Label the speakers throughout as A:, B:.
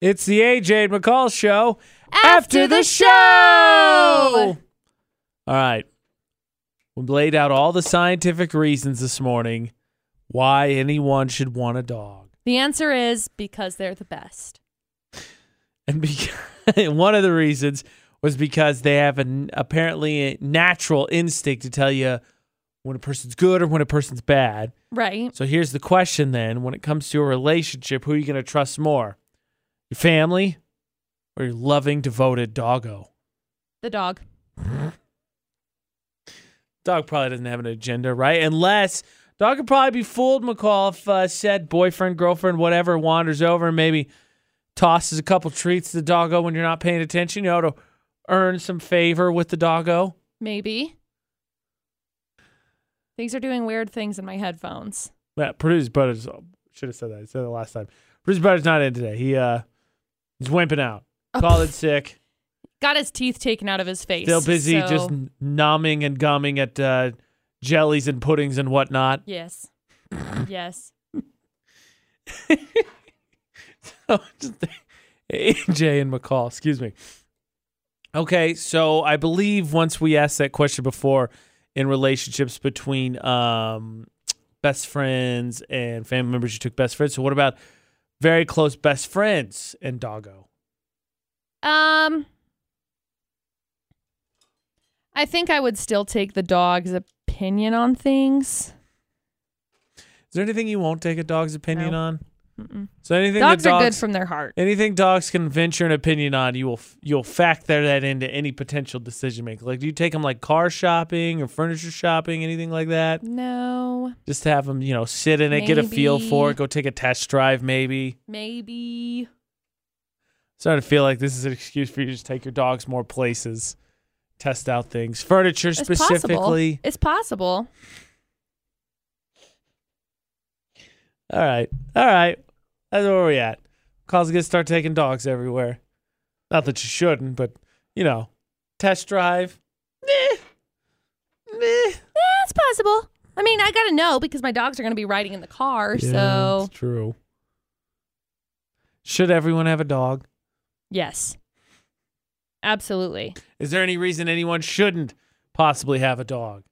A: It's the AJ and McCall show
B: After the show!
A: All right. We laid out all the scientific reasons this morning why anyone should want a dog.
B: The answer is because they're the best.
A: And because, one of the reasons was because they have an apparently a natural instinct to tell you when a person's good or when a person's bad.
B: Right.
A: So here's the question then when it comes to a relationship, who are you going to trust more? Your family or your loving, devoted doggo?
B: The dog.
A: Dog probably doesn't have an agenda, right? Unless dog could probably be fooled, McCall, if uh, said boyfriend, girlfriend, whatever wanders over and maybe tosses a couple treats to the doggo when you're not paying attention, you know, to earn some favor with the doggo.
B: Maybe. Things are doing weird things in my headphones.
A: Yeah, Purdue's brother's should have said that. I said that last time. Purdue's brother's not in today. He uh, he's wimping out.
B: Oh,
A: Call it sick.
B: Got his teeth taken out of his face.
A: Still busy
B: so-
A: just n- numbing and gumming at uh, jellies and puddings and whatnot.
B: Yes. yes.
A: Oh, Just- AJ and McCall, excuse me. Okay, so I believe once we asked that question before in relationships between um, best friends and family members, you took best friends. So what about very close best friends and doggo?
B: Um I think I would still take the dog's opinion on things.
A: Is there anything you won't take a dog's opinion
B: No.
A: on?
B: Mm-mm.
A: So anything
B: Dogs
A: that
B: are
A: dogs
B: good from their heart.
A: anything dogs can venture an opinion on, you will f- you'll factor that into any potential decision making. Like, do you take them like car shopping or furniture shopping, anything like that?
B: No. Just
A: Just to have them, you know, sit in it, get a feel for it,
B: Maybe.
A: go take a test drive, maybe.
B: maybe.
A: Starting to feel like this is an excuse for you to just take your dogs more places, test out things, furniture
B: It's
A: specifically.
B: Possible. It's possible.
A: All right. All right. That's where we're at. Calls gonna start taking dogs everywhere. Not that you shouldn't, but you know, test drive. Meh. Meh.
B: Yeah, it's possible. I mean, I gotta know because my dogs are gonna be riding in the car. so
A: true. Should everyone have a dog?
B: yes, absolutely.
A: Is there any reason anyone shouldn't possibly have a dog?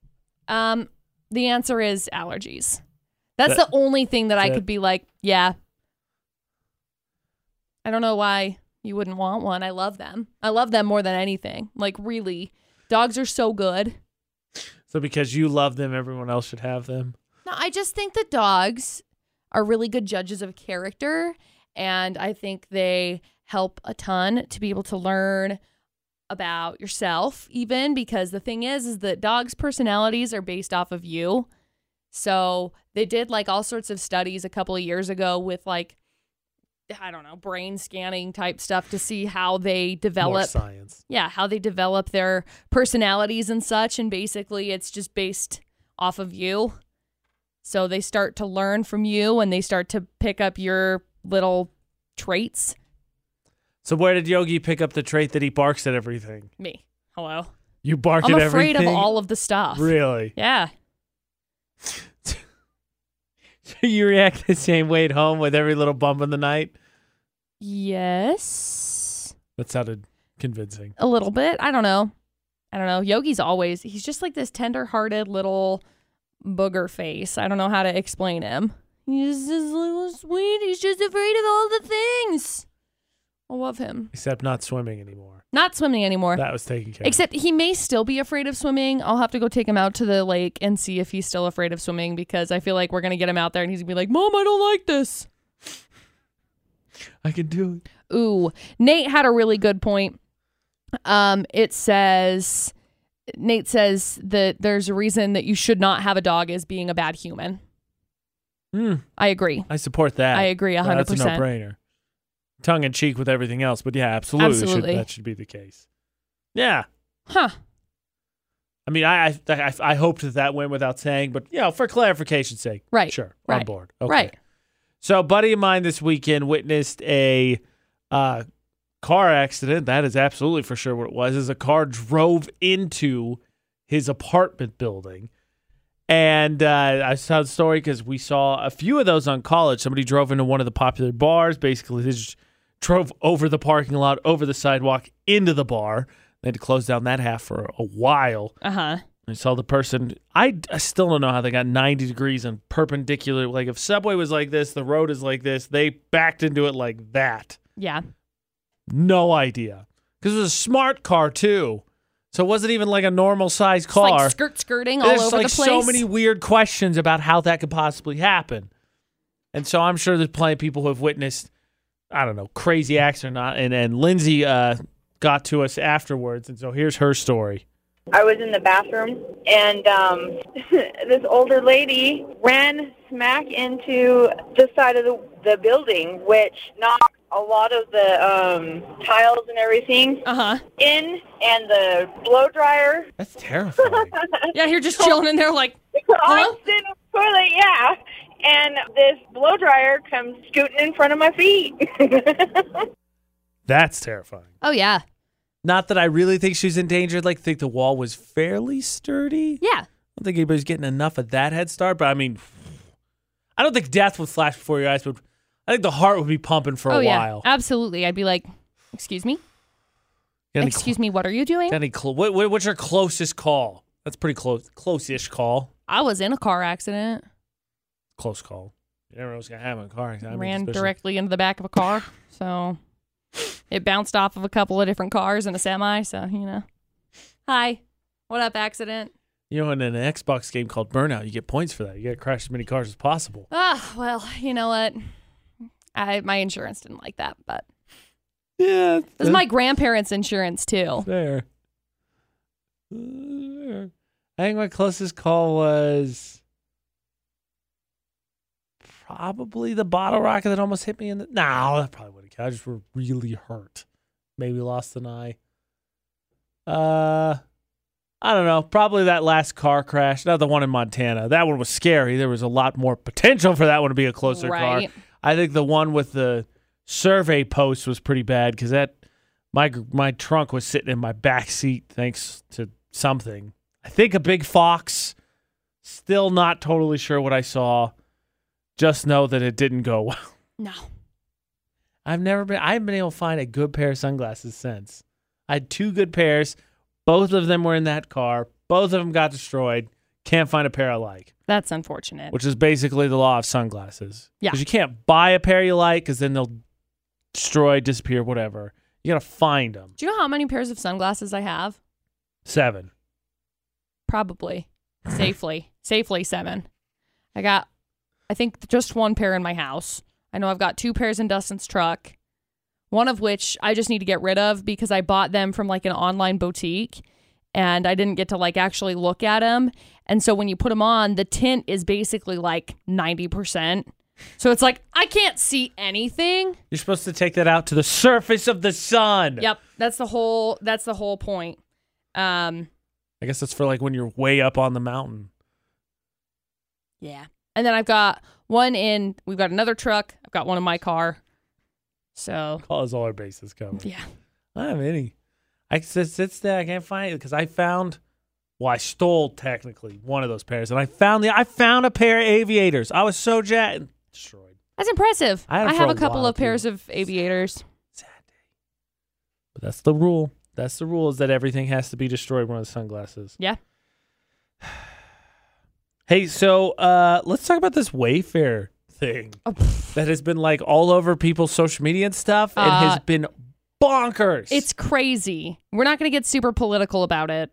B: Um, the answer is allergies. That's
A: That-
B: the only thing that I
A: that-
B: could be like, yeah. I don't know why you wouldn't want one. I love them. I love them more than anything. Like really, dogs are so good.
A: So because you love them, everyone else should have them.
B: No, I just think that dogs are really good judges of character. And I think they help a ton to be able to learn about yourself, even because the thing is, is that dogs' personalities are based off of you. So they did like all sorts of studies a couple of years ago with like, I don't know, brain scanning type stuff to see how they
A: More
B: develop
A: science.
B: yeah, how they develop their personalities and such. And basically, it's just based off of you. So they start to learn from you and they start to pick up your little traits.
A: So where did Yogi pick up the trait that he barks at everything?
B: Me. Hello.
A: You bark
B: I'm
A: at
B: afraid
A: everything.
B: of all of the stuff.
A: Really?
B: Yeah.
A: So you react the same way at home with every little bump in the night?
B: Yes.
A: That sounded convincing.
B: A little bit. I don't know. I don't know. Yogi's always, he's just like this tender hearted little booger face. I don't know how to explain him. He's this little sweet. He's just afraid of all the things. I love him.
A: Except not swimming anymore.
B: Not swimming anymore.
A: That was taken care
B: Except he may still be afraid of swimming. I'll have to go take him out to the lake and see if he's still afraid of swimming because I feel like we're going to get him out there and he's going to be like, Mom, I don't like this.
A: of. I can do it.
B: Ooh, Nate had a really good point. Um, it says Nate says that there's a reason that you should not have a dog as being a bad human.
A: Mm,
B: I agree.
A: I support that.
B: I agree a hundred
A: That's a
B: percent.
A: no-brainer. Tongue in cheek with everything else, but yeah, absolutely, should-
B: Absolutely.
A: that should be the case. Yeah,
B: Huh.
A: I mean, I I, I I hoped that that went without saying, but you know, for clarification's sake,
B: Right,
A: Sure, on
B: right,
A: board. Okay.
B: Right.
A: So, a buddy of mine this weekend witnessed a uh, car accident. That is absolutely for sure what it was. Is a car drove into his apartment building, and uh, I saw the story because we saw a few of those on college. Somebody drove into one of the popular bars. Basically, they just drove over the parking lot, over the sidewalk, into the bar. They had to close down that half for a while.
B: Uh huh.
A: I saw the person. I, I still don't know how they got 90 degrees and perpendicular. Like if subway was like this, the road is like this. They backed into it like that.
B: Yeah.
A: No idea. Because it was a smart car too, so it wasn't even like a normal size
B: It's
A: car.
B: like skirt skirting all
A: There's
B: over
A: like
B: the place.
A: so many weird questions about how that could possibly happen. And so I'm sure there's plenty of people who have witnessed, I don't know, crazy acts or not. And and Lindsay uh, got to us afterwards, and so here's her story.
C: I was in the bathroom, and um, this older lady ran smack into the side of the, the building, which knocked a lot of the um, tiles and everything
B: Uh huh.
C: in, and the blow dryer.
A: That's terrifying.
B: Yeah, you're just chilling in there like,
C: I was in the toilet, yeah. And this blow dryer comes scooting in front of my feet.
A: That's terrifying.
B: oh yeah,
A: Not that I really think she's endangered. Like think the wall was fairly sturdy.
B: yeah.
A: I don't think anybody's getting enough of that head start. But I mean, I don't think death would flash before your eyes. But I think the heart would be pumping for
B: oh
A: a
B: yeah,
A: while.
B: absolutely. I'd be like, excuse me,
A: Got any
B: excuse me, what are you doing?
A: Got any cl- what, what- what's your closest call? That's pretty close, close-ish call.
B: I was in a car accident,
A: Close call. You never know what's gonna happen in a car. accident. I mean,
B: ran
A: especially-
B: directly into the back of a car, so it bounced off of a couple of different cars and a semi. So you know, hi, what up, accident?
A: You know, in an Xbox game called Burnout, you get points for that. You got to crash as many cars as possible.
B: Ah, well, you know what? I my insurance didn't like that, but
A: Yeah,
B: it was my grandparents' insurance too.
A: there. I think my closest call was probably the bottle rocket that almost hit me in the. No, that probably wouldn't count. I just were really hurt. Maybe lost an eye. Uh, I don't know. Probably that last car crash, not the one in Montana. That one was scary. There was a lot more potential for that one to be a closer car.
B: right?
A: I think the one with the survey post was pretty bad because that my my trunk was sitting in my back seat thanks to something. I think a big fox. Still not totally sure what I saw. Just know that it didn't go well.
B: No.
A: I've never been. I haven't been able to find a good pair of sunglasses since. I had two good pairs. Both of them were in that car. Both of them got destroyed. Can't find a pair I like
B: That's unfortunate.
A: which is basically the law of sunglasses.
B: Yeah.
A: Because you can't buy a pair you like because then they'll destroy, disappear, whatever. You got to find them.
B: Do you know how many pairs of sunglasses I have?
A: Seven.
B: Probably. Safely. Safely seven. I got, I think, just one pair in my house. I know I've got two pairs in Dustin's truck, one of which I just need to get rid of because I bought them from like an online boutique and I didn't get to like actually look at them. And so when you put them on, the tint is basically like 90%. So it's like, I can't see anything.
A: You're supposed to take that out to the surface of the sun.
B: Yep. That's the whole, that's the whole point. Um,
A: I guess that's for like when you're way up on the mountain.
B: Yeah. And then I've got one in, we've got another truck. I've got one in my car. So,
A: Call us all our bases covered.
B: yeah.
A: I don't have any. I sits sits there. I can't find it because I found. Well, I stole technically one of those pairs, and I found the. I found a pair of aviators. I was so jet destroyed.
B: That's impressive.
A: I had 'em
B: I
A: for
B: have
A: a
B: a couple
A: while,
B: of pairs
A: too.
B: of aviators.
A: Sad day. But that's the rule. That's the rule is that everything has to be destroyed one of the sunglasses.
B: Yeah.
A: Hey, so uh let's talk about this Wayfair thing
B: Oh, pff.
A: that has been like all over people's social media and stuff and has
B: Uh,
A: been bonkers.
B: It's crazy. We're not going to get super political about it.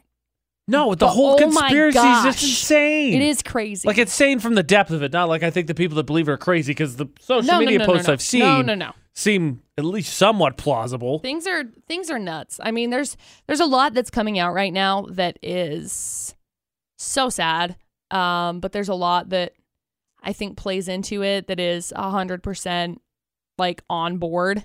A: no, the
B: but
A: whole
B: oh my
A: conspiracy is just
B: gosh.
A: insane.
B: It is crazy.
A: like insane from the depth of it. Not like I think the people that believe are crazy because the social
B: no, no,
A: media
B: no, no,
A: posts
B: no.
A: I've seen
B: No, no, no.
A: seem at least somewhat plausible.
B: Things are things are nuts. I mean, there's there's a lot that's coming out right now that is so sad. Um, but there's a lot that I think plays into it that is hundred percent like on board.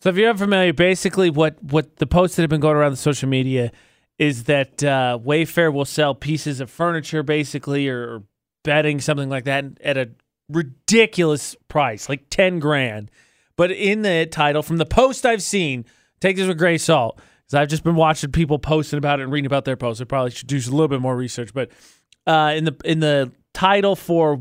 A: So if you're unfamiliar, basically what what the posts that have been going around the social media is that uh, Wayfair will sell pieces of furniture, basically, or, or bedding, something like that, at a ridiculous price, like ten grand. But in the title, from the post I've seen, take this with a grain of salt, because I've just been watching people posting about it and reading about their posts. I probably should do a little bit more research, but uh, in the in the title for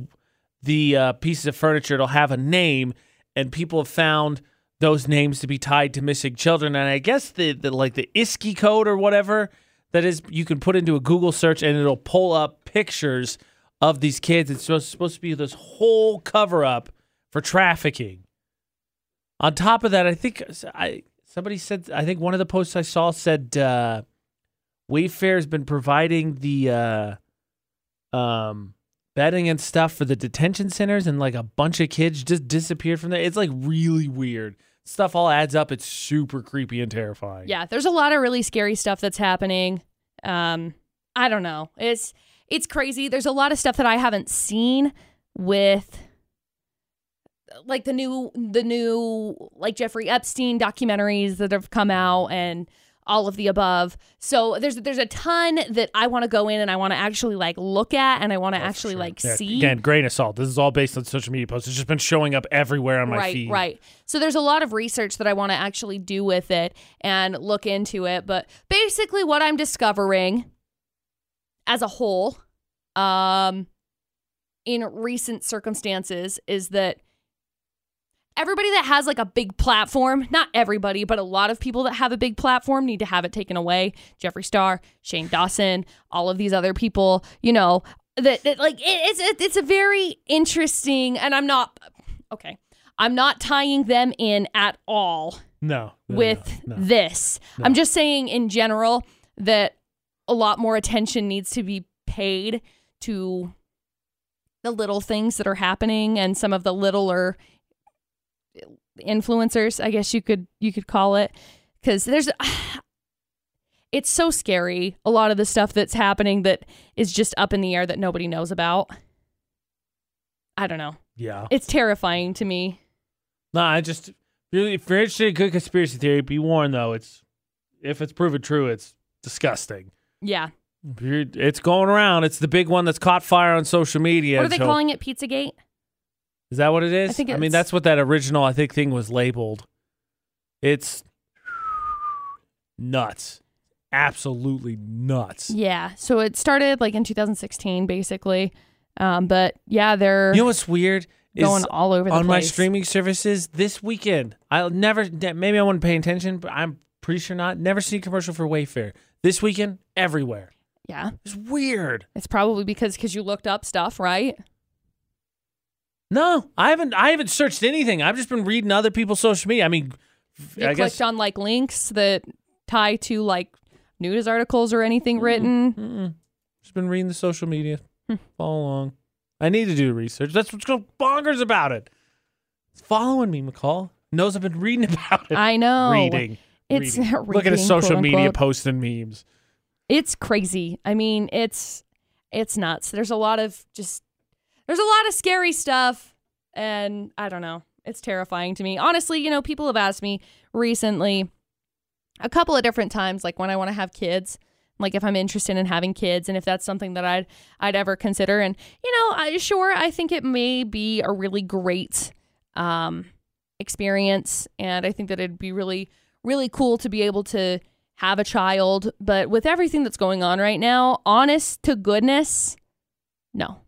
A: the uh, pieces of furniture, it'll have a name, and people have found those names to be tied to missing children. And I guess the, the like the ISKI code or whatever that is, you can put into a Google search and it'll pull up pictures of these kids. It's supposed, supposed to be this whole cover up for trafficking. On top of that, I think uh, I somebody said I think one of the posts I saw said uh, Wayfair has been providing the uh, um, bedding and stuff for the detention centers, and like a bunch of kids just disappeared from there. It's like really weird stuff. All adds up. It's super creepy and terrifying.
B: Yeah, there's a lot of really scary stuff that's happening. Um, I don't know. It's it's crazy. There's a lot of stuff that I haven't seen with like the new the new like Jeffrey Epstein documentaries that have come out and all of the above. So there's there's a ton that I want to go in and I want to actually like look at and I want to
A: Oh, for
B: actually
A: sure.
B: like
A: Yeah,
B: see.
A: Again, grain of salt. This is all based on social media posts. It's just been showing up everywhere on my
B: right,
A: feed.
B: right. So there's a lot of research that I want to actually do with it and look into it. But basically, what I'm discovering as a whole, um, in recent circumstances, is that everybody that has like a big platform, not everybody, but a lot of people that have a big platform need to have it taken away. Jeffree Star, Shane Dawson, all of these other people, you know, that, that like it, it's it, it's a very interesting, and I'm not okay. I'm not tying them in at all
A: No. no,
B: with
A: no, no.
B: this. I'm just saying in general that a lot more attention needs to be paid to the little things that are happening and some of the littler influencers, I guess you could you could call it, cuz there's it's so scary a lot of the stuff that's happening that is just up in the air that nobody knows about. I don't know.
A: Yeah.
B: It's terrifying to me.
A: No, I just really if you're interested in good conspiracy theory, be warned though. It's if it's proven true, it's disgusting.
B: Yeah.
A: If you're- It's going around. It's the big one that's caught fire on social media.
B: what are they
A: so-
B: calling it? Pizzagate?
A: Is that what it is?
B: I think
A: mean,
B: it's-
A: that's what that original I think thing was labeled. It's nuts. Absolutely nuts.
B: Yeah. So it started like in 2016, basically. Um, but yeah, they're
A: You know what's weird? Is
B: going all over the
A: on
B: place.
A: my streaming services this weekend. I'll never. Maybe I wasn't paying attention, but I'm pretty sure not. Never seen a commercial for Wayfair this weekend everywhere.
B: Yeah,
A: It's weird.
B: it's probably because because you looked up stuff, right?
A: No, I haven't. I haven't searched anything. I've just been reading other people's social media. I mean,
B: You
A: I
B: clicked
A: guess
B: on like links that tie to like news articles or anything
A: Mm-hmm.
B: written.
A: Mm-mm. just been reading the social media.
B: Hmm.
A: Follow along. I need to do research. That's what's going bonkers about it. It's following me, McCall. Knows I've been reading about it.
B: I know.
A: reading.
B: It's
A: reading. Look at his
B: reading,
A: social
B: quote,
A: media
B: unquote.
A: posts and memes.
B: It's crazy. I mean, it's it's nuts. There's a lot of just there's a lot of scary stuff and I don't know. It's terrifying to me. Honestly, you know, people have asked me recently a couple of different times like when I want to have kids, like if I'm interested in having kids and if that's something that I'd I'd ever consider and you know, I sure I think it may be a really great um experience and I think that it'd be really really cool to be able to have a child, but with everything that's going on right now, honest to goodness, no.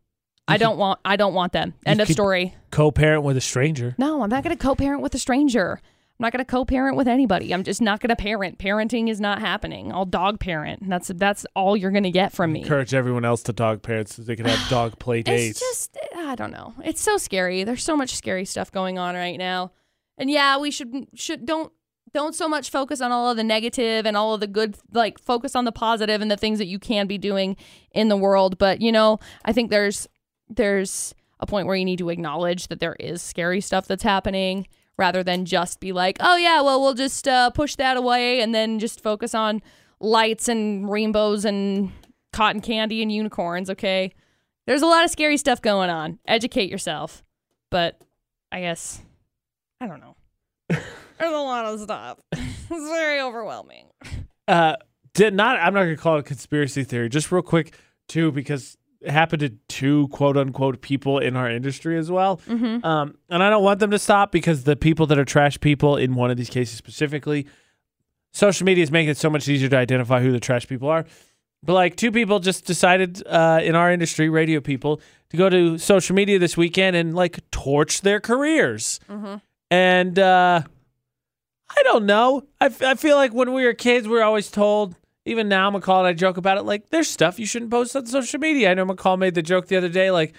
B: I don't want I don't want them. End of
A: could-
B: story.
A: Co-parent with a stranger.
B: No, I'm not going to co-parent with a stranger. I'm not going to co-parent with anybody. I'm just not going to parent. Parenting is not happening. I'll dog parent. And That's that's all you're going to get from me.
A: encourage everyone else to dog parents so they can have dog play
B: It's
A: dates.
B: just I don't know. It's so scary. There's so much scary stuff going on right now. And yeah, we should should don't don't so much focus on all of the negative and all of the good like focus on the positive and the things that you can be doing in the world, but you know, I think there's there's a point where you need to acknowledge that there is scary stuff that's happening rather than just be like, "Oh yeah, well we'll just uh, push that away and then just focus on lights and rainbows and cotton candy and unicorns, okay?" there's a lot of scary stuff going on. Educate yourself. But I guess I don't know. there's a lot of stuff. it's very overwhelming.
A: uh, did not. I'm not going to call it a conspiracy theory. Just real quick, too, because it happened to two quote unquote people in our industry as well.
B: Mm-hmm.
A: Um, and I don't want them to stop because the people that are trash people in one of these cases specifically, social media is making it so much easier to identify who the trash people are. But like two people just decided uh, in our industry,
B: Mm-hmm.
A: radio people, to go to social media this weekend and like torch their careers. And uh, I don't know. I, f- I feel like when we were kids, we were always told, even now, McCall and I joke about it, like, there's stuff you shouldn't post on social media. I know McCall made the joke the other day, like,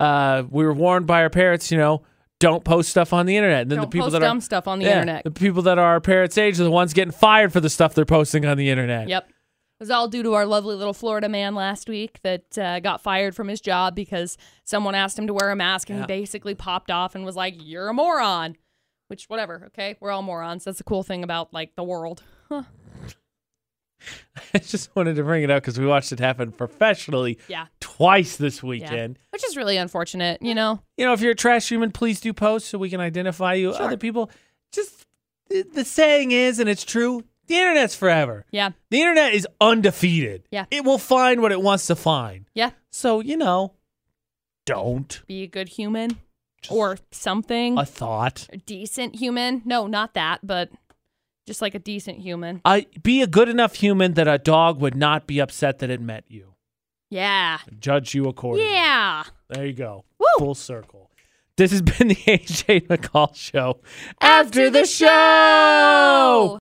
A: uh, we were warned by our parents, you know, don't post stuff on the internet. And then
B: Don't
A: the people
B: post
A: that
B: dumb
A: are
B: stuff on the
A: Yeah,
B: internet.
A: the people that are our parents' age are the ones getting fired for the stuff they're posting on the internet.
B: Yep. It was all due to our lovely little Florida man last week that uh, got fired from his job because someone asked him to wear a mask and
A: Yeah.
B: he basically popped off and was like, You're a moron. Which, whatever, okay? We're all morons. That's the cool thing about like the world.
A: I just wanted to bring it up because we watched it happen professionally
B: Yeah.
A: twice this
B: Yeah.
A: weekend.
B: Which is really unfortunate, you know?
A: You know, if you're a trash human, please do post so we can identify you.
B: Sure.
A: Other people, just the, the saying is, and it's true the internet's forever.
B: Yeah.
A: The internet is undefeated.
B: Yeah.
A: It will find what it wants to find.
B: Yeah.
A: So, you know, don't.
B: Be a good human or something.
A: A thought.
B: a decent human. No, not that, but just like a decent human.
A: I be a good enough human that a dog would not be upset that it met you.
B: Yeah.
A: Judge you accordingly.
B: Yeah.
A: There you go.
B: Woo.
A: Full circle. This has been the AJ McCall show.
B: After the show!